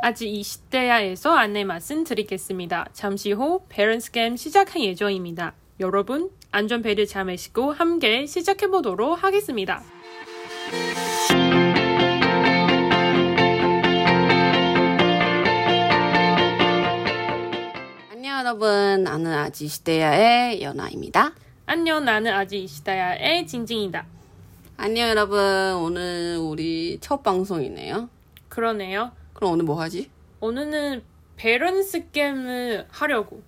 아직 20대야에서 안내 말씀 드리겠습니다. 잠시 후 Parents Game 시작할 예정입니다. 여러분 안전벨을 잘 매시고 함께 시작해 보도록 하겠습니다. 안녕 여러분, 나는 아지 시대야의 연아입니다. 안녕 나는 아직 20대야의 징징이다. 안녕 여러분, 오늘 우리 첫 방송이네요. 그러네요. 그럼 오늘 뭐 하지? 오늘은 밸런스 게임을 하려고.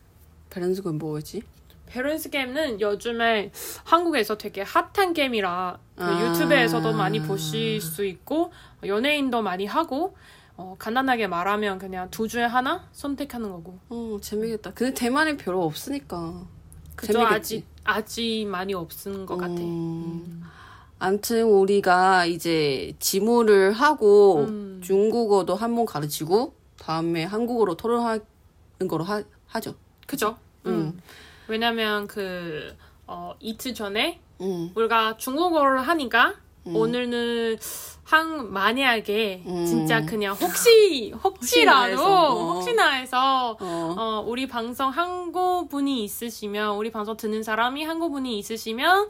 밸런스 건 뭐지? 밸런스 게임은 요즘에 한국에서 되게 핫한 게임이라 그 아. 유튜브에서도 많이 보실 수 있고 연예인도 많이 하고 어, 간단하게 말하면 그냥 두 중에 하나 선택하는 거고. 어, 재밌겠다. 근데 대만에 별로 없으니까. 그저 아직 아직 많이 없은 것 같아. 음. 암튼 우리가 이제 지무를 하고 음. 중국어도 한 번 가르치고 다음에 한국어로 토론하는 거로 하, 하죠. 그죠? 음. 왜냐면 그 어, 이틀 전에 음. 우리가 중국어를 하니까 오늘은 한 만약에 음. 진짜 그냥 혹시 혹시나 혹시라도 해서, 어. 혹시나 해서 어. 어, 우리 방송 한국 분이 있으시면 우리 방송 듣는 사람이 한국 분이 있으시면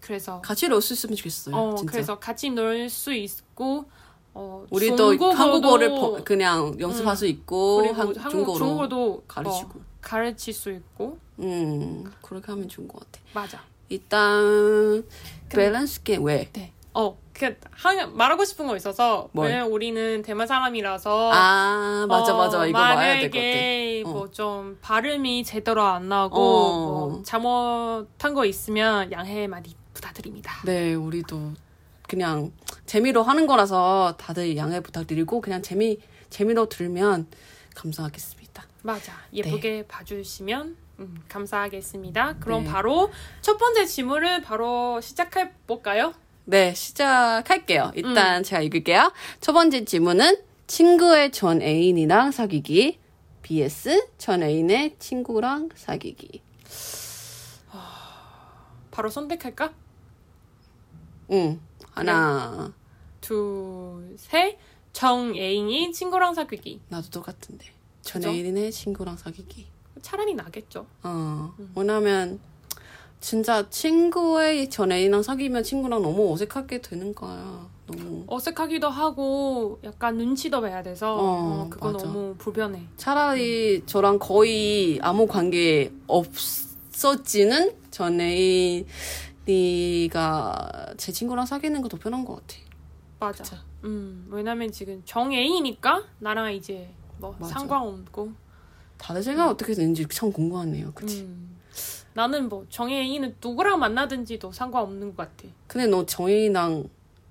그래서 같이 놀수 있으면 좋겠어요. 어 진짜. 그래서 같이 놀 수 있고 어, 우리도 중국어도- 음. 한국어를 버- 그냥 연습할 수 있고 그리고 한, 한국- 중국어로 중국어도 어, 가르치고. 가르칠 수 있고 음 그렇게 하면 좋은 것 같아. 맞아. 일단 밸런스 게임 왜? 네. 어, 그, 한, 말하고 싶은 거 있어서, 뭘? 왜냐면 우리는 대만 사람이라서, 아 맞아 어, 맞아 이거 봐야 될 것 같아. 만약에 어. 뭐좀 발음이 제대로 안 나고, 어. 뭐 잘못한 거 있으면 양해 많이 부탁드립니다. 네 우리도 그냥 재미로 하는 거라서 다들 양해 부탁드리고 그냥 재미 재미로 들으면 감사하겠습니다. 맞아. 예쁘게 봐주시면, 음, 감사하겠습니다. 그럼 네. 바로 첫 번째 질문을 바로 시작해볼까요? 네 시작할게요. 일단 제가 읽을게요. 첫 번째 질문은 친구의 전 애인이랑 사귀기 vs 전 애인의 친구랑 사귀기. 바로 선택할까? 응 하나 둘, 셋. 정애인이 친구랑 사귀기. 나도 똑같은데 전 그죠? 애인의 친구랑 사귀기. 차라리 나겠죠. 어, 왜냐면 진짜 친구의 전 애인이랑 사귀면 친구랑 너무 어색하게 되는 거야. 너무 어색하기도 하고 약간 눈치도 봐야 돼서 어, 어, 그거 맞아. 너무 불편해. 차라리 저랑 거의 아무 관계 없었지는 전 애인이가 제 친구랑 사귀는 거 더 편한 것 같아. 맞아. 그쵸. 음 왜냐면 지금 정애인이니까 나랑 이제 뭐 맞아. 상관없고. 다들 생각 어떻게 되는지 참 궁금하네요. 그치? 음, 나는 뭐 정애인은 누구랑 만나든지도 상관없는 것 같아. 근데 너 정애인이랑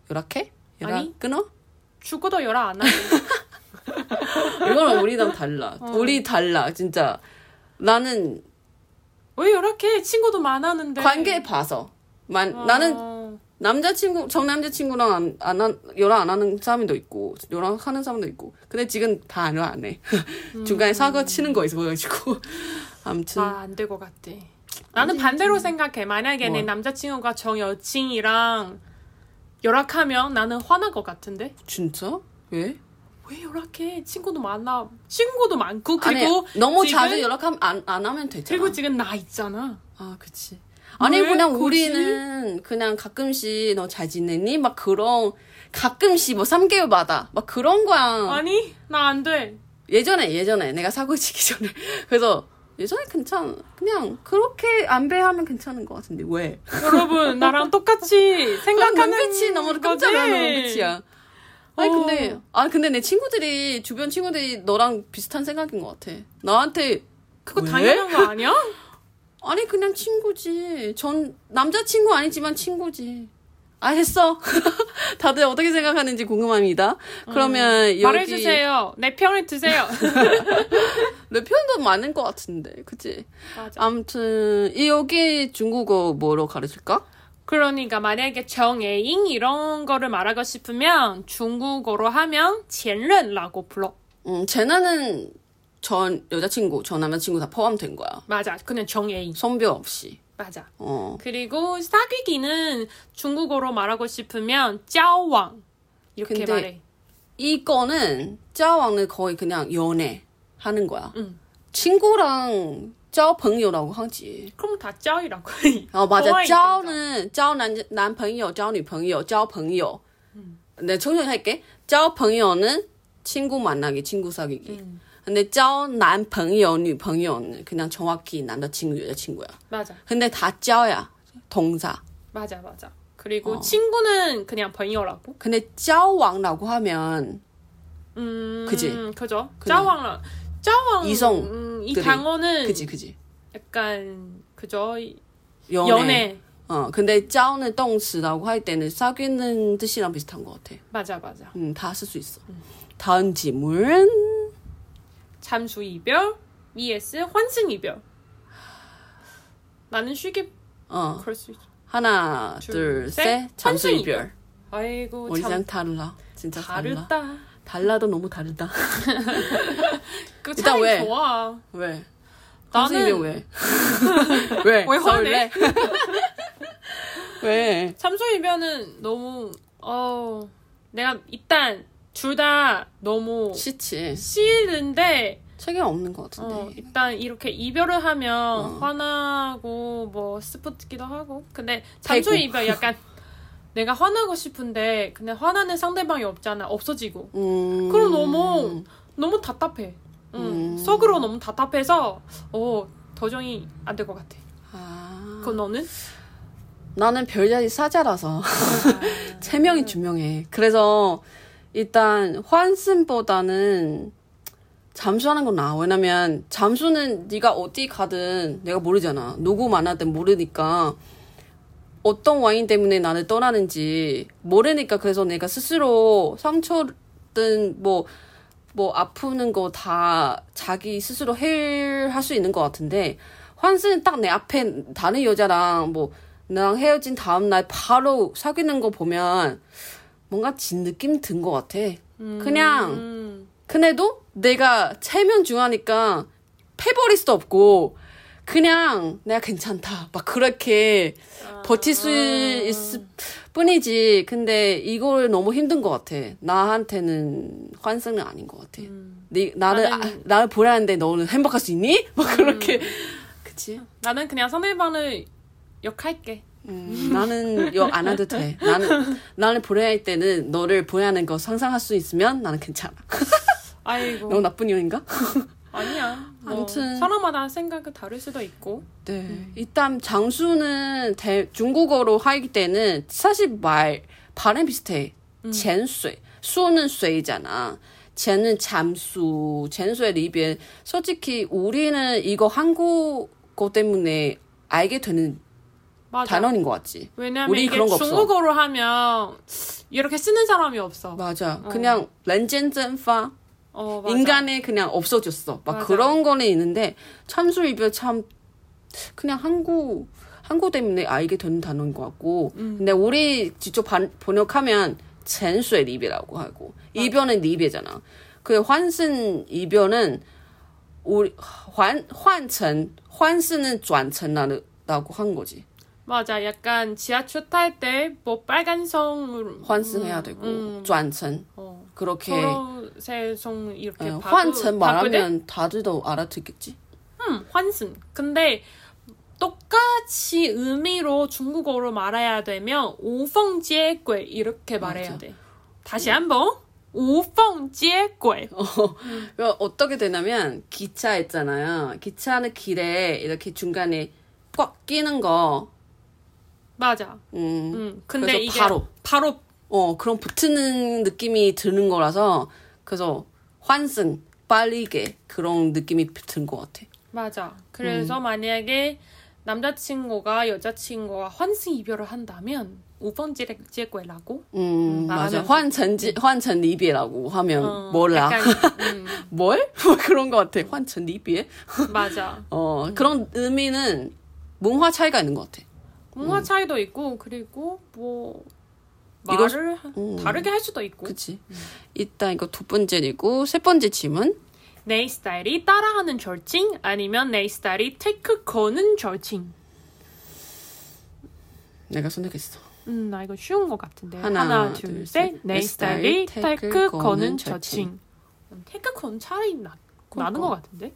연락해? 연락 아니. 끊어? 죽어도 연락 안 하고. 이거는 우리랑 달라. 어. 우리 달라, 진짜. 나는 왜 이렇게 친구도 많았는데. 관계 봐서. 만, 어, 나는 남자친구, 전 남자친구랑 안, 안, 한- 연락 안 하는 사람도 있고, 연락하는 사람도 있고. 근데 지금 다 연락 안 해. 음. 중간에 사고 치는 거 있어가지고. 아무튼. 다안 될 것 같아. 나는 반대로 생각해. 만약에 내 뭐? 남자친구가 정 여친이랑 열악하면 나는 화날 것 같은데. 진짜? 왜? 왜 이렇게 친구도 많아 친구도 많고 아니, 뭐 그리고 너무 지금- 자주 연락하면 안, 안 하면 되잖아. 그리고 지금 나 있잖아 아, 그치. 아니, 왜? 그냥 굳이? 우리는 그냥 가끔씩 너 잘 지내니? 막 그런, 가끔씩 뭐 3개월마다. 막 그런 거야. 아니 나 안돼 예전에 예전에 내가 사고 치기 전에 그래서 예전에 괜찮 그냥 그렇게 안배하면 괜찮은 것 같은데 왜? 여러분 나랑 똑같이 난 생각하는 눈빛이 어, 너무 깜짝 놀라는 거지? 눈빛이야. 아니 어. 근데 아 근데 내 친구들이 주변 친구들이 너랑 비슷한 생각인 것 같아. 나한테 그거 왜? 당연한 거 아니야? 아니 그냥 친구지. 전 남자친구 아니지만 친구지. 아 했어. 다들 어떻게 생각하는지 궁금합니다. 그러면 네, 여기 어. 말해주세요 내 편을 드세요 내 편도 많은 것 같은데, 그치? 맞아 아무튼 이 여기 중국어 뭐로 가르칠까? 그러니까 만약에 정애인 이런 거를 말하고 싶으면 중국어로 하면 前任라고 불러 음, 제나는 전 여자친구, 전 남자친구 다 포함된 거야. 맞아 그냥 정애인 선별 없이. 맞아 어. 그리고 사귀기는 중국어로 말하고 싶으면 交往 이렇게 근데 말해 이거는 짜왕은 거의 그냥 연애하는 거야. 응. 친구랑 짜朋友라고 하지. 그럼 다 짜이라고. 어 맞아. 하와이 짜오는 짜오남 남朋友, 짜오女朋友, 짜오朋友. 네, 정리할게. 짜오朋友는 친구 만나기, 친구 사귀기. 음. 근데 짜오男朋友, 女朋友는 그냥 정확히 남자친구, 여자친구야. 맞아, 근데 다 짜오야. 동사. 맞아, 맞아. 그리고 어. 친구는 그냥 번이어라고. 근데 짜오왕라고 하면 음, 그지? 그죠. 그냥. 짜왕랑 짜왕 이성 음, 이 들이. 단어는 그지 그지. 약간 그죠. 이- 연애. 연애. 어, 근데 짜오는 동스라고 할 때는 사귀는 뜻이랑 비슷한 것 같아. 맞아, 맞아. 음, 다 쓸 수 있어. 다음 질문. 잠수 이별 vs 환승 이별. 나는 쉽게 어, 그럴 수 있어. 하나, 둘, 둘, 셋. 셋. 잠수 환승 이별. 아이고 참 원장 달라. 어, 진짜 달라. 다르다. 달라도 너무 다르다. 그 일단 차이 왜? 좋아. 왜? 나는- 나는 왜? 왜? 왜 화내? 설레? 왜? 잠수 이별은 너무 어 내가 일단 둘 다 너무 싫지. 싫은데 책임 없는 것 어, 같은데. 일단 이렇게 이별을 하면 네. 어. 화나고 뭐 스포트기도 하고 근데 잠수 패고. 이별 약간 내가 화나고 싶은데 근데 화나는 상대방이 없잖아 없어지고 음. 그럼 너무 너무 답답해 응. 음. 속으로 너무 답답해서 어 도정이 안 될 것 같아 아. 그건 너는 나는 별자리 사자라서 세 명이 중요해. 그래서 일단 환승보다는 잠수하는 건 나아. 왜냐면 잠수는 네가 어디 가든 내가 모르잖아. 누구 만나든 모르니까 어떤 와인 때문에 나를 떠나는지 모르니까 그래서 내가 스스로 상처든 뭐 뭐 아프는 거 다 자기 스스로 해결할 수 있는 것 같은데 환승은 딱 내 앞에 다른 여자랑 뭐 나랑 헤어진 다음 날 바로 사귀는 거 보면 뭔가 진 느낌 든 것 같아. 음. 그냥 음. 근데도 내가 체면 중하니까 패버릴 수도 없고 그냥 내가 괜찮다 막 그렇게 버틸 수 있을 뿐이지. 근데 이걸 너무 힘든 것 같아. 나한테는 환승은 아닌 것 같아. 네, 나를 나는- 아, 나를 보라는데 너는 행복할 수 있니? 막 그렇게 그치? 나는 그냥 상대방을 역할게 음, 나는 욕 안 해도 돼. 나는 나를 보내할 때는 너를 보내는 거 상상할 수 있으면 나는 괜찮아. 어. 아이고 너무 나쁜 이유인가? 아니야 뭐 아무튼. 사람마다 생각은 다를 수도 있고 네. 일단 장수는 대- 중국어로 하기 때는 사실 말 발음 비슷해.潜水, 수는 水잖아. 潜은 잠수, 潜水 리변. 솔직히 우리는 이거 한국어 때문에 알게 되는 맞아 단어인 것 같지. 왜냐면 우리 이게 그런 거 없어. 중국어로 하면 이렇게 쓰는 사람이 없어. 맞아. 어. 그냥 렌젠젠파 어, 맞아. 인간의 그냥 없어졌어. 막 맞아. 그런 거는 있는데 참수 이별 참 그냥 한국 한국 때문에 알게 되는 단어인 것 같고 음. 근데 우리 직접 반- 번역하면 젠수의 리베라고 하고 이별은 리베잖아. 그 환승 이별은 우리 환 환승 환승은 전천라고 한 거지. 맞아. 약간 지하철 탈 때 뭐 빨간성으로 환승해야 되고 전천 음, 어, 그렇게 초록색성 이렇게 어, 바꾸- 바꾸대? 환승 말하면 다들도 알아듣겠지. 음, 환승. 근데 똑같이 의미로 중국어로 말해야 되면 오펑지에괴 이렇게 말해야 맞아. 돼. 다시 한번 오펑지에괴. 그럼 어떻게 되냐면 기차 있잖아요. 기차는 길에 이렇게 중간에 꽉 끼는 거. 맞아. 음. 음. 근데 그래서 이게 바로. 바로 어, 그런 붙는 느낌이 드는 거라서 그래서 환승, 빨리게 그런 느낌이 든 것 같아. 맞아. 음. 그래서 만약에 남자친구가 여자친구와 환승 이별을 한다면 우번지레라고 음, 음, 맞아. 말하면 환전지, 환전 리비라고 하면 어, 뭐라? 뭘? 뭐 그런 것 같아. 환전 리비에? 음, 맞아. 어, 그런 의미는 문화 차이가 있는 것 같아. 문화 차이도 있고 그리고 뭐 음. 이걸- 말을 하- 음. 다르게 할 수도 있고 그치? 일단 이거 두 번째이고, 세 번째 질문. 내 스타일이 따라하는 절친 아니면 내 스타일이 테크 거는 절친. 내가 선택했어. 음, 나 이거 쉬운 것 같은데. 하나, 하나, 둘, 둘, 셋. 셋. 내 내 스타일이 스타일, 테크 거는 거는 저칭. 저칭. 테크 거는 차라리 나, 나는 그러니까. 것 같은데.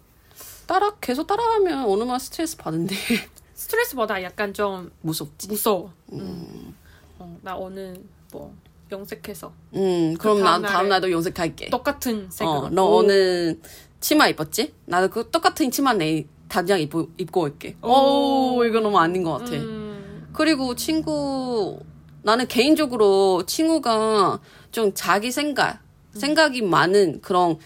따라 계속 따라하면 어느 날 스트레스 받는데 스트레스 받아 약간 좀 무섭지. 무서워. 음. 어, 나 오늘 뭐 염색해서 음, 그 그럼 난 다음날에- 다음 날도 염색할게. 똑같은 색으로. 어, 너 오. 오늘 치마 입었지? 나도 그 똑같은 치마 내일 당장 입고, 입고 올게. 오. 오, 이거 너무 아닌 것 같아. 음, 그리고 친구 나는 개인적으로 친구가 좀 자기 생각 음. 생각이 많은 그런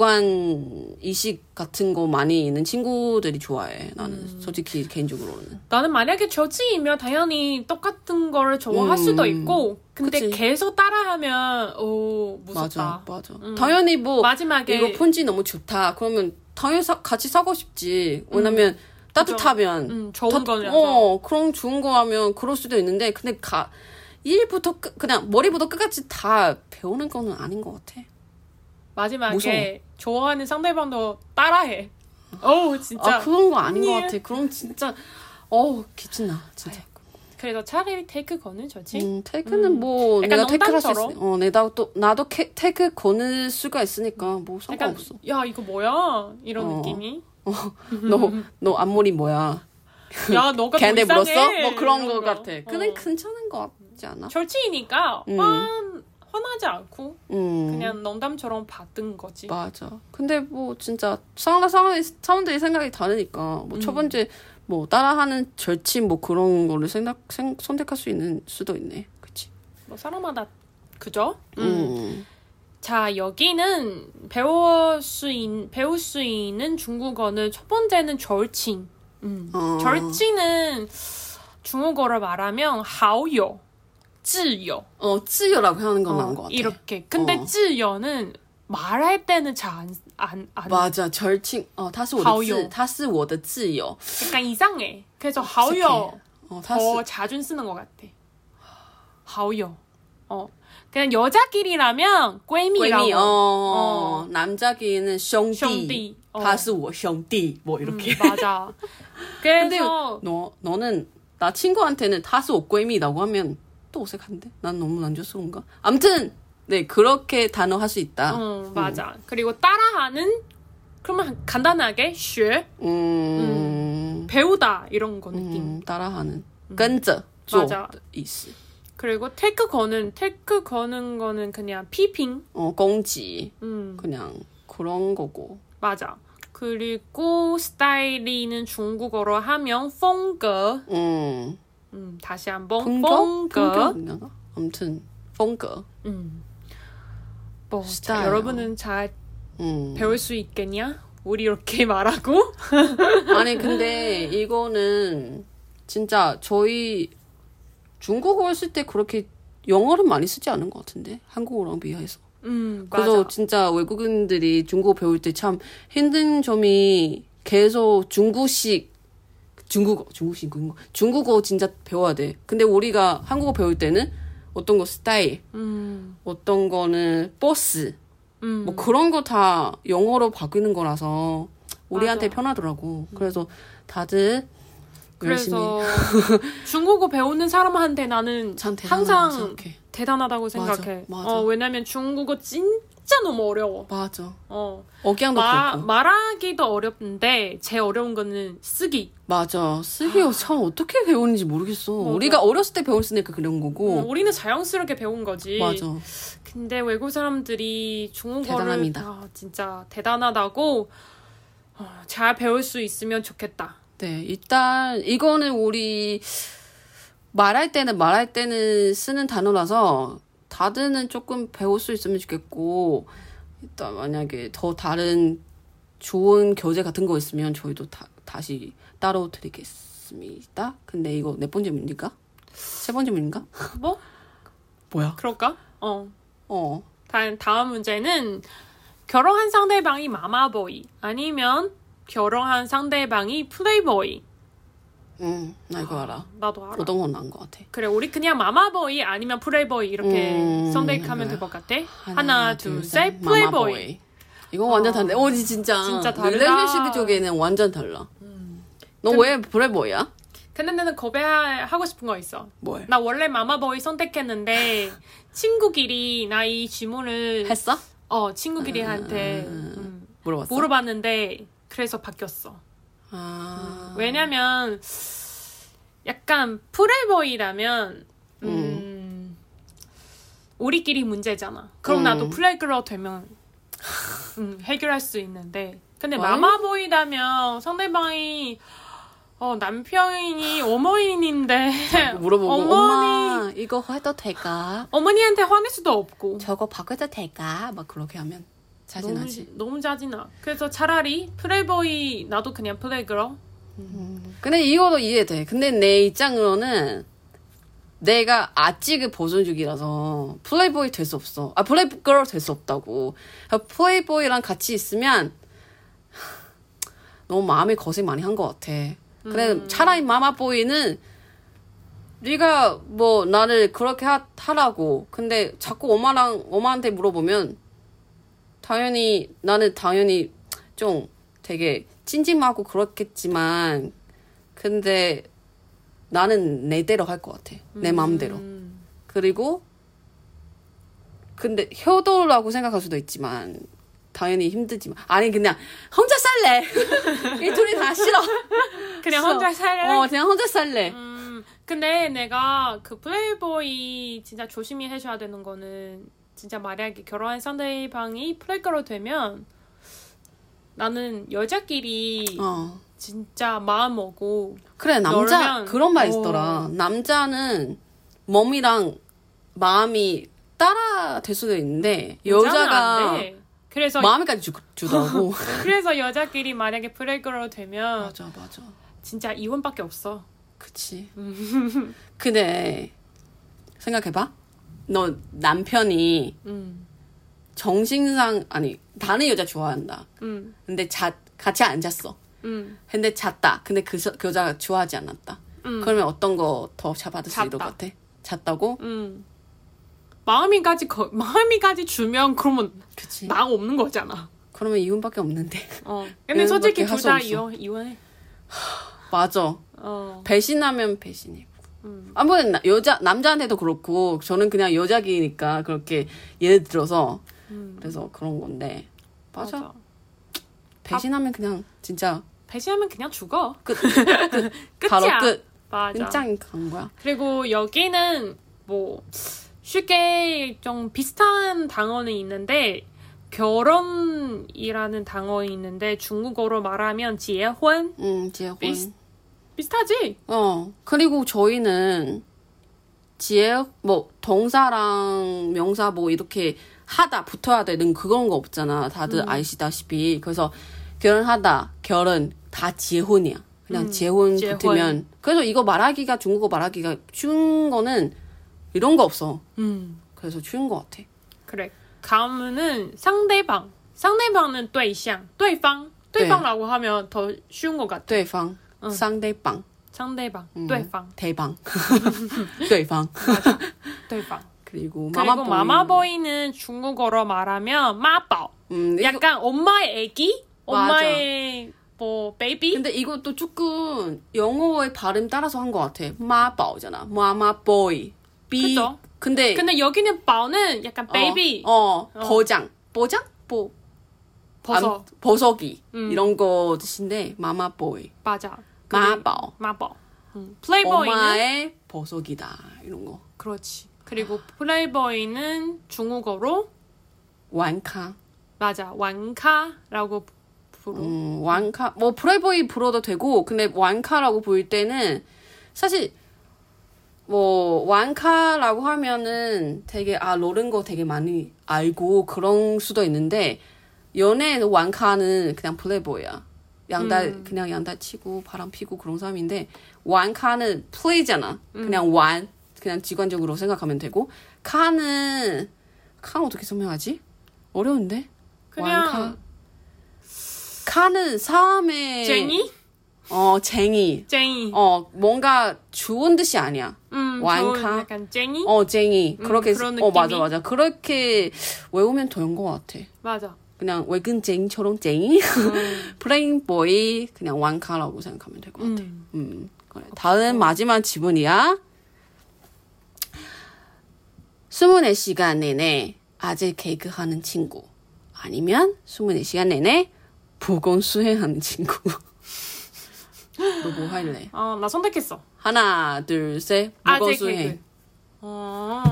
주관 의식 같은 거 많이 있는 친구들이 좋아해. 나는 음. 솔직히 개인적으로는. 나는 만약에 저칭이면 당연히 똑같은 걸 좋아할 음. 수도 있고, 근데 그치. 계속 따라하면 오 무섭다. 음. 맞아, 맞아. 당연히 뭐 마지막에 이거 폰지 너무 좋다. 그러면 당연히 사- 같이 사고 싶지. 왜냐면 따뜻하면 음, 좋은 더- 거라서. 어, 그런 좋은 거 하면 그럴 수도 있는데 근데 가 일부터 끝, 그냥 머리부터 끝까지 다 배우는 거는 아닌 것 같아. 마지막에 무서워. 좋아하는 상대방도 따라해. 어우 진짜. 아 그런 거 아닌 것 아니에요. 같아. 그럼 진짜 어 기진나 진짜. 그래서 차라리 테이크 거는 저지. 음, 태그는 뭐 약간 내가 태그할 수 농담처럼. 있어. 어, 내가 또 나도 캐, 태그 거는 수가 있으니까 뭐 약간 상관없어. 야 이거 뭐야 이런 어. 느낌이. 음, 너 너 앞머리 뭐야? 야 너가 걔네 더 이상해. 물었어? 뭐 그런 이런 거. 거 같아. 근데 어. 괜찮은 거 같지 않아? 절친이니까 음. 화나지 않고 음. 그냥 농담처럼 받은 거지. 맞아. 근데 뭐 진짜 상황과 상황이 사람들이 생각이 다르니까 음. 뭐 첫 번째 뭐 따라하는 절친 뭐 그런 거를 생각 생, 선택할 수 있는 수도 있네. 그치? 뭐 사람마다 그죠? 음. 음. 자 여기는 배울 수 있, 배울 수 있는 중국어는 첫 번째는 절친. 음. 어. 절친은 중국어로 말하면 하오요, 찌요 어, 찌요라고 하는 건 나은 것 같아. 이렇게. 근데 어. 찌요는 말할 때는 잘안안 안, 맞아, 절친. 好 어, 友。他是我的挚,他是我的挚友. 약간 이상해. 그래서 하오요 어, 他是 더 자주 쓰는 것 같아. 하오요. 어 그냥 여자끼리라면 꿰미라고. 闺蜜. 어, 어. 남자기는 兄弟.兄弟. 어. 他是我兄弟. 뭐 음, 이렇게. 맞아. 근데 아, 그래서 너 너는 나 친구한테는 他是我闺蜜라고 하면 또 어색한데? 난 너무 난조스러운가? 아무튼 네, 그렇게 단어 할 수 있다. 어 맞아. 그리고 따라하는 그러면 간단하게 学 음. 음. 배우다 이런 거 느낌. 음. 따라하는. 跟着做 맞아. 意思. 그리고 테크 거는 테크 거는 거는 그냥 피핑. 어, 공지. 음 그냥 그런 거고. 맞아. 그리고 스타일이는 중국어로 하면 펑거. 음. 음 다시 한번 펑 펑거. 펑 아무튼 펑거. 음뭐 자, 스타일. 여러분은 잘 음. 배울 수 있겠냐? 우리 이렇게 말하고 아니 근데 이거는 진짜 저희 중국어 했을 때 그렇게 영어를 많이 쓰지 않은 것 같은데 한국어랑 비교해서 음 맞아. 그래서 진짜 외국인들이 중국어 배울 때 참 힘든 점이 계속 중국식 중국어 중국식 뭐, 중국어 중국어 진짜 배워야 돼 근데 우리가 한국어 배울 때는 어떤 거 스타일 음 어떤 거는 버스 음. 뭐 그런 거 다 영어로 바뀌는 거라서 우리한테 맞아. 음. 편하더라고. 그래서 다들 열심히 그래서 중국어 배우는 사람한테 나는 참 대단하다고 항상 생각해. 대단하다고 맞아, 생각해. 맞아. 어 왜냐면 중국어 진짜 너무 어려워. 맞아. 어 억양도 마, 그렇고. 말하기도 어렵는데 제일 어려운 거는 쓰기. 맞아. 쓰기어 참 어떻게 배우는지 모르겠어. 맞아. 우리가 어렸을 때 배웠으니까 그런 어, 거고. 우리는 자연스럽게 배운 거지. 맞아. 근데 외국 사람들이 중국어를 대단합니다. 아, 진짜 대단하다고 어, 잘 배울 수 있으면 좋겠다. 네. 일단 이거는 우리 말할 때는 말할 때는 쓰는 단어라서 다들은 조금 배울 수 있으면 좋겠고 일단 만약에 더 다른 좋은 교재 같은 거 있으면 저희도 다, 다시 따로 드리겠습니다. 근데 이거 몇 번째 문제인가? 세 번째 문제인가? 뭐 뭐야? 그럴까? 어. 어. 다, 다음 문제는 결혼한 상대방이 마마보이 아니면 결혼한 상대방이 플레이보이. 응. 나 이거 알아. 나도 알아. 어떤 건 나은 것 같아. 그래 우리 그냥 마마보이 아니면 플레이보이 이렇게 음, 선택하면 될 것 같아. 하나 둘 셋 플레이보이. 플레이보이. 이건 완전 어. 다른데. 어, 진짜. 진짜 다르다. 릴레이션십 쪽에는 완전 달라. 너 왜 플레이보이야? 근데 나는 고백하고 싶은 거 있어. 뭘? 나 원래 마마보이 선택했는데 친구끼리 나 이 질문을 했어? 어 친구끼리한테 음, 물어봤어? 물어봤는데 그래서 바뀌었어. 아. 왜냐면 약간 플레이보이라면 음, 우리끼리 문제잖아. 그럼 음. 나도 플레이그로 되면 음, 해결할 수 있는데 근데 어이? 마마보이라면 상대방이 어, 남편이 어머니인데 물어보고 어머니 엄마 이거 해도 될까? 어머니한테 화낼 수도 없고 저거 바꿔도 될까? 막 그렇게 하면 자진하지. 너무, 너무 짜증나. 그래서 차라리 플레이보이 나도 그냥 플레이그로 근데 이거도 이해돼. 근데 내 입장으로는 내가 아직은 보존 중이라서 플레이보이 될 수 없어. 아 플레이걸 될 수 없다고. 아, 플레이보이랑 같이 있으면 너무 마음에 고생 많이 한 것 같아. 근데 차라리 마마보이는 네가 뭐 나를 그렇게 하, 하라고. 근데 자꾸 엄마랑 엄마한테 물어보면 당연히 나는 당연히 좀 되게 찜찜하고 그렇겠지만 근데 나는 내대로 할 것 같아. 내 마음대로. 음, 그리고 근데 효도라고 생각할 수도 있지만 당연히 힘들지만 아니 그냥 혼자 살래. 이 둘이 다 싫어. 그냥 싫어. 혼자 살래. 어 그냥 혼자 살래. 음, 근데 내가 그 플레이보이 진짜 조심히 해줘야 되는 거는 진짜 만약에 결혼한 상대방이 플레이그로 되면 나는 여자끼리 어. 진짜 마음 오고 그래 남자 넓으면- 그런 말 어. 있더라. 남자는 몸이랑 마음이 따라 될 수도 있는데 여자는 여자가 안 돼. 그래서 어. 마음까지 주, 주더라고. 그래서 여자끼리 만약에 플레이그로 되면 맞아 맞아. 진짜 이혼밖에 없어. 그치. 근데 생각해봐. 너 남편이 음, 정신상 아니 다른 여자 좋아한다. 음, 근데 자 같이 안 잤어. 음. 근데 잤다. 근데 그, 서- 그 여자가 좋아하지 않았다. 음. 그러면 어떤 거 더 잡아줄 수 있을 것 잤다. 같아? 잤다고? 음. 마음이까지 거- 마음이까지 주면 그러면 그치. 나 없는 거잖아. 그러면 이혼밖에 없는데. 어. 네, 근데 솔직히 이혼밖에 둘 할 다 수 이혼 이혼해. 맞아. 어. 배신하면 배신이고. 음. 아무튼 나- 여자 남자한테도 그렇고 저는 그냥 여자기니까 그렇게 예를 들어서 음. 그래서 그런 건데 맞아. 배신하면 그냥 진짜 배신하면 그냥 죽어. 끝. 끝이야. 바로 끝. 맞아. 끝장 간 거야. 그리고 여기는 뭐 쉽게 좀 비슷한 단어는 있는데 결혼이라는 단어가 있는데 중국어로 말하면 지혜혼 음, 지혜혼. 비슷- 비슷하지? 어. 그리고 저희는 지혜 뭐 동사랑 명사 뭐 이렇게 하다 붙어야 되는 그런 거 없잖아. 다들 음. 아시다시피. 그래서 결혼하다, 결혼 다 지혜혼이야. 그냥 지혜혼 음, 지혜혼. 붙으면 그래서 이거 말하기가 중국어 말하기가 쉬운 거는 이런 거 없어. 음 그래서 쉬운 거 같아. 그래. 다음은 상대방. 상대방은 对象,对方. 对方라고 하면 더 쉬운 것 같아. 对方, 상대방, 상대방, 음. 对方, 대방, 对方对方. 그리고 그리고 뭐 마마보이. 마마보이는 중국어로 말하면 마宝. 음, 이거- 약간 엄마의 애기? 맞아. 엄마의 뭐 베이비? 근데 이것도 조금 영어의 발음 따라서 한 것 같아. 마바오잖아. 마마보이. 비. 그죠? 근데 근데 여기는 바오는 약간 베이비 어, 어, 보장. 보장? 보. 버섯 암- 보석이. 음. 이런 거 뜻인데 마마보이. 맞아. 마바오. 마宝. 음. 플레이보이는 엄마의 보석이다. 이런 거. 그렇지. 그리고 플레이보이는 중국어로 완카. 맞아 완카라고 부르. 음, 완카. 뭐 프레보이 불어도 되고 근데 완카라고 부를 때는 사실 뭐 완카라고 하면은 되게 아 노른 거 되게 많이 알고 그런 수도 있는데 연애에는 완카는 그냥 플레이보이야. 양달 그냥 양달 치고 바람 피고 그런 사람인데 완카는 플레이잖아. 그냥 완 그냥 직관적으로 생각하면 되고 카는 카 어떻게 설명하지? 어려운데? 그냥 카는 사람의 쟁이 어 쟁이 쟁이. 어 뭔가 좋은 듯이 아니야 음, 완카? 저는 약간 쟁이. 어 쟁이 음, 그렇게 그런 어 맞아 느낌이? 맞아 그렇게 외우면 되는 것 같아 맞아. 그냥 외근 쟁이 초롱 쟁이 음. 플레잉 보이 그냥 완카라고 생각하면 될 것 같아 음. 음 다음 마지막 지문이야. 24시간 내내 아재 개그 하는 친구. 아니면 24시간 내내 보건 수행하는 친구. 너 뭐 할래? 어, 나 선택했어. 하나, 둘, 셋. 보건 아재 수행. 개그. 어.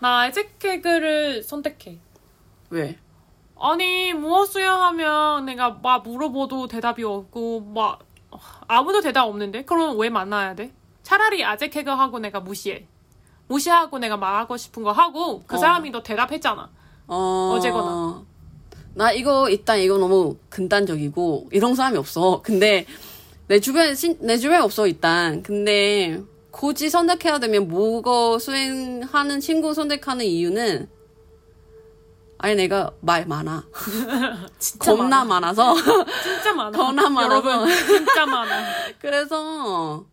나 아재 개그를 선택해. 왜? 아니 무엇 수행하면 내가 막 물어봐도 대답이 없고 막 아무도 대답 없는데 그럼 왜 만나야 돼? 차라리 아재 개그 하고 내가 무시해. 무시하고 내가 말하고 싶은 거 하고 그 어. 사람이 너 대답했잖아. 어... 어제거나. 나 이거 일단 이거 너무 근단적이고 이런 사람이 없어. 근데 내 주변에 신- 내 주변에 없어 일단. 근데 굳이 선택해야 되면 뭐가 수행하는 친구 선택하는 이유는 아니 내가 말 많아. 진짜 겁나 많아서 많아. 진짜 많아. 겁나 많아서. 여러분 진짜 많아. 그래서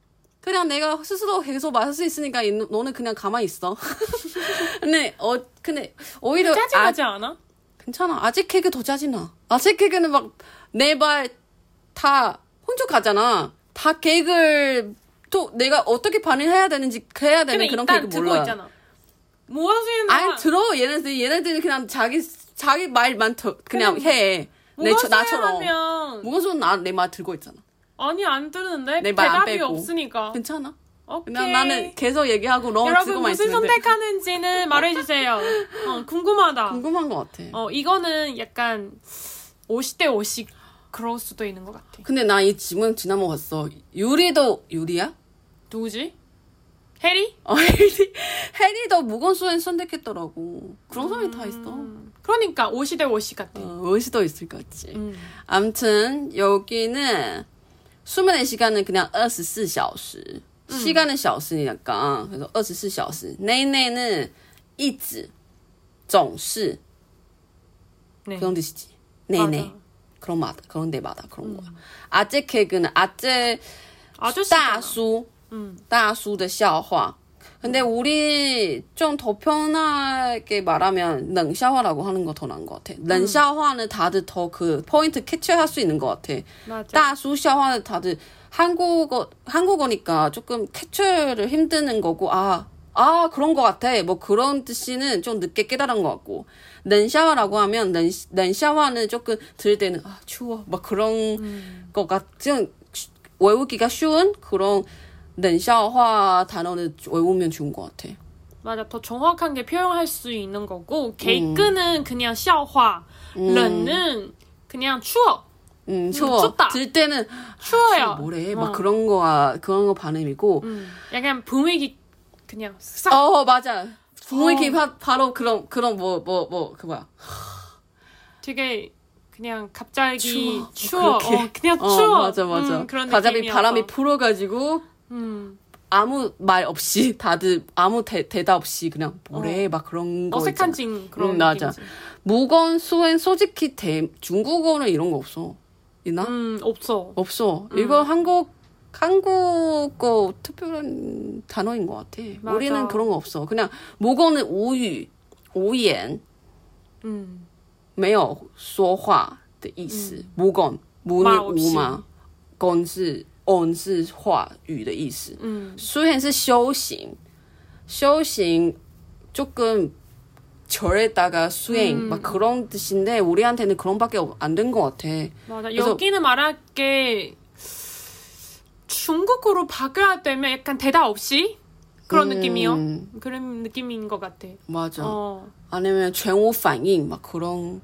그냥 내가 스스로 계속 말할 수 있으니까 이- 너는 그냥 가만히 있어. 근데 어 근데 오히려 아- 짜증나지 않아? 괜찮아. 아직 개그 더 짜증나. 아직 개그는 막 내 발 다 혼쭉가잖아. 다 개그를 또 내가 어떻게 반응해야 되는지 해야 근데 되는 그런 일단 개그 듣고 몰라. 있잖아. 무엇 수행? 아니 들어 얘네들 얘네들은 그냥 자기 자기 말만 더 그냥 해. 내 무엇 네, 저- 나처럼. 수행하면 무거운 나내 말 들고 있잖아. 아니 안 뜨는데 네, 내말안 대답이 빼고. 없으니까. 괜찮아. 오케이. 그냥 나는 계속 얘기하고 너무 여러분 들고만 무슨 있으면 돼. 선택하는지는 말해주세요. 어, 궁금하다. 궁금한 것 같아. 어 이거는 약간 50대 50 그럴 수도 있는 것 같아. 근데 나 이 질문 지난번 봤어. 유리도 유리야? 누구지? 해리? 어, 해리, 해리도 무거운 수행 선택했더라고. 그런 사람이 다 있어. 음, 그러니까 50대 50 같아. 어, 의시도 있을 것 같지. 음. 암튼, 여기는, 수면의 시간은 그냥 24小时. 음. 시간은 小时니까. 그래서 24小时. 내내는 一直,总是. 네. 그런 뜻이지. 내내. 맞아. 음. 그런 마다, 그런 데마다 그런 거야. 아재 개그는 아재, 아저씨. 다 다수. 음. 다수의 笑话. 근데 우리 좀 더 편하게 말하면冷笑话라고 하는 거 더 나은 것 음. 같아. 冷笑话는 다들 더 그 포인트 캐치할 수 있는 것 같아. 맞아. 다수笑话는 다들 한국어 한국어니까 조금 캐치를 힘드는 거고 아. 아 그런 것 같아 뭐 그런 뜻이는 좀 늦게 깨달은 것 같고 렌샤와라고 하면 렌 렌샤와는 조금 들을 때는 아 추워 막 그런 음. 것 같은 쉬- 외우기가 쉬운 그런 렌샤와 단어를 외우면 좋은 것 같아 맞아. 더 정확한 게 표현할 수 있는 음. 거고 개그는 그냥 笑话, 冷은 그냥 추워. 음 추워 춥다. 들 때는 추워요. 아, 뭐래 막 어. 그런 거가 그런 거 반음이고 음. 약간 분위기 그냥 싹 어. 어 맞아 부모님 바, 바로 그런 그런 뭐 뭐 뭐 그 뭐야 되게 그냥 갑자기 추워. 추워, 뭐 그렇게. 어, 그냥 어, 추워 맞아 맞아 음, 그런 갑자기 느낌이어서. 바람이 불어가지고 음, 아무 말 없이 다들 아무 대, 대답 없이 그냥 뭐래 막 그런 거 어색한 있잖아. 징 그런 음, 맞아. 느낌이지 무건 수엔 솔직히 대, 중국어는 이런 거 없어 있나 음 없어 없어 음. 이거 한국 한국어 특별한 단어인 것 같아 맞아. 우리는 그런 거 없어 그냥 무건은 오유 오연 음 没有说话的意思。母건母 말 는 음. 없이. 무마 건是 on 是话语的意思。 음. 수행是修行，修行조금절에다가수행 음. 막그런뜻인데우리한테는그런밖에안 된 것 같아. 맞아 그래서- 여기는 말할 게 중국어로 바뀌어야 되면 약간 대답 없이 그런 느낌이요 음, 그런 느낌인 것 같아 맞아. 어어 아니면 全无反应막그런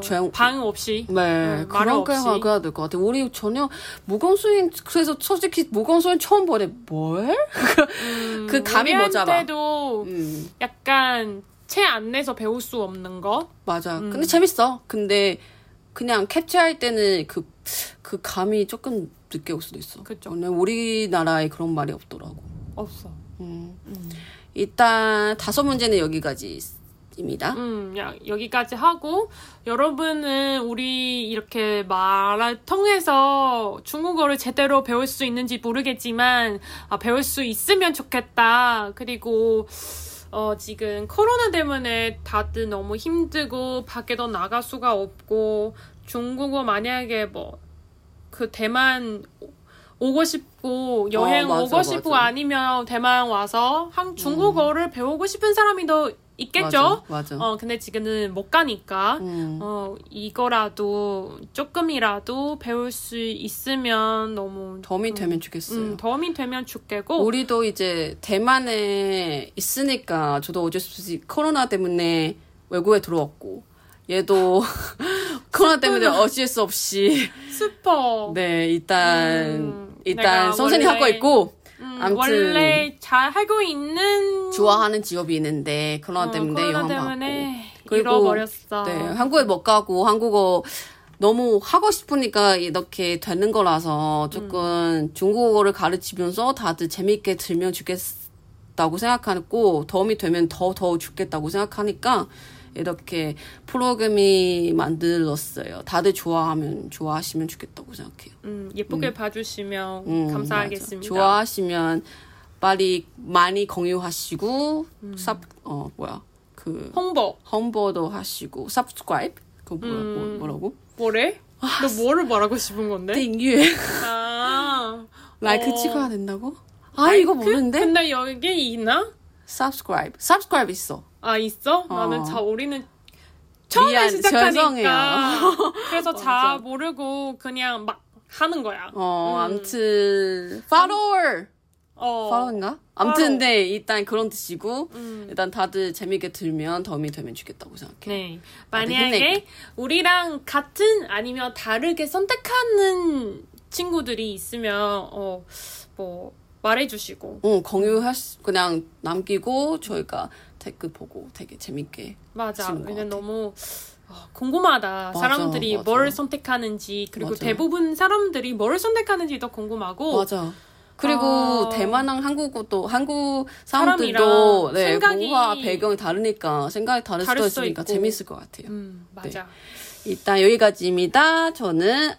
전- 반응 어, 없이 네, 음, 말은 그런 게 없이. 가야 될 것 같아. 우리 전혀 무건수행 그래서 솔직히 무건수행 처음 보네. 뭘? 음, 그 감이 못 잡아. 우리한테도 음. 약간 채 안 내서 배울 수 없는 거 맞아. 음. 근데 재밌어. 근데 그냥 캡처할 때는 그, 그 감이 조금 늦게 올 수도 있어. 그쵸. 오늘 우리나라에 그런 말이 없더라고. 없어 음. 음. 일단 다섯 문제는 여기까지입니다. 음, 야, 여기까지 하고 여러분은 우리 이렇게 말을 통해서 중국어를 제대로 배울 수 있는지 모르겠지만 아, 배울 수 있으면 좋겠다. 그리고 어, 지금 코로나 때문에 다들 너무 힘들고 밖에도 나갈 수가 없고 중국어 만약에 뭐 그 대만 오고 싶고 여행 어, 맞아, 오고 싶고 맞아. 음. 아니면 대만 와서 한 중국어를 배우고 싶은 사람이 더 있겠죠. 맞아. 맞아. 어 근데 지금은 못 가니까 음. 어 이거라도 조금이라도 배울 수 있으면 너무 덤이 되면 좋겠어요. 음, 도움이 되면 좋겠고 우리도 이제 대만에 있으니까 저도 어쩔 수 없이 코로나 때문에 외국에 들어왔고 얘도 코로나 때문에 어쩔 수 없이 슈퍼 네 일단 어. 음, 일단 내가 선생님 원래- 하고 있고 음, 암튼. 원래 잘 하고 있는 네. 좋아하는 직업이 있는데 코로나 어, 때문에 코로나 영향 받고 때문에 그리고- 잃어버렸어. 네 한국에 못 가고 한국어 너무 하고 싶으니까 이렇게 되는 거라서 음. 조금 중국어를 가르치면서 다들 재밌게 들면 좋겠다고 생각하고 도움이 되면 더 더 좋겠다고 생각하니까 이렇게 프로그램이 만들었어요. 다들 좋아하면 좋아하시면 좋겠다고 생각해요. 음, 예쁘게 봐주시면 음, 감사하겠습니다. 맞아. 좋아하시면 빨리 많이 공유하시고 음. 삽, 어 뭐야 그 홍보 홈보도 하시고 subscribe 그 뭐라, 음. 뭐, 뭐라고 뭐래? 아, 너 뭐를 말하고 싶은 네. 건데? 订阅 아 라이크 네? 어. 그 찍어야 된다고? 아 이거 근데? 모르는데 여기 있나? subscribe subscribe 있어 아 있어? 어. 나는 자 우리는 처음에 미안, 시작하니까 죄송해요. 그래서 맞아. 자 모르고 그냥 막 하는 거야. 어 암튼 follower 음. 어. follower인가? 암튼 follow. 근데 일단 그런 뜻이고 음. 일단 다들 재밌게 들면 덤이 되면 좋겠다고 생각해 네. 다들 만약에 우리랑 같은 아니면 다르게 선택하는 친구들이 있으면 어, 어뭐 말해주시고 어 공유할 수, 그냥 남기고 저희가 댓글 보고 되게 재밌게 맞아. 그런 것 왜냐 같아. 너무 어, 궁금하다. 맞아, 사람들이 맞아. 뭘 선택하는지 그리고 맞아. 대부분 사람들이 뭘 선택하는지 더 궁금하고 맞아. 그리고 어. 대만랑 한국도 한국 사람이랑 사람들도 네, 생각이- 문화 배경이 다르니까 생각이 다를, 다를 수도 수도 있으니까 있고. 재밌을 것 같아요. 음 맞아. 일단 여기까지입니다. 저는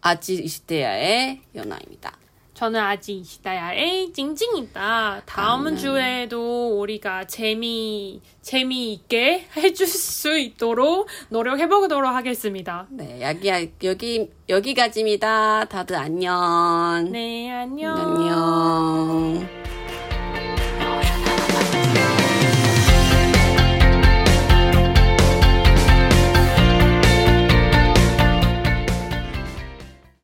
아지 이시대야의 연아입니다. 저는 아직 이시다야의 찡찡이다. 다음 다음은- 주에도 우리가 재미 재미있게 해줄 수 있도록 노력해보도록 하겠습니다. 네, 여기 여기 여기까지입니다. 다들 안녕. 네, 안녕. 안녕.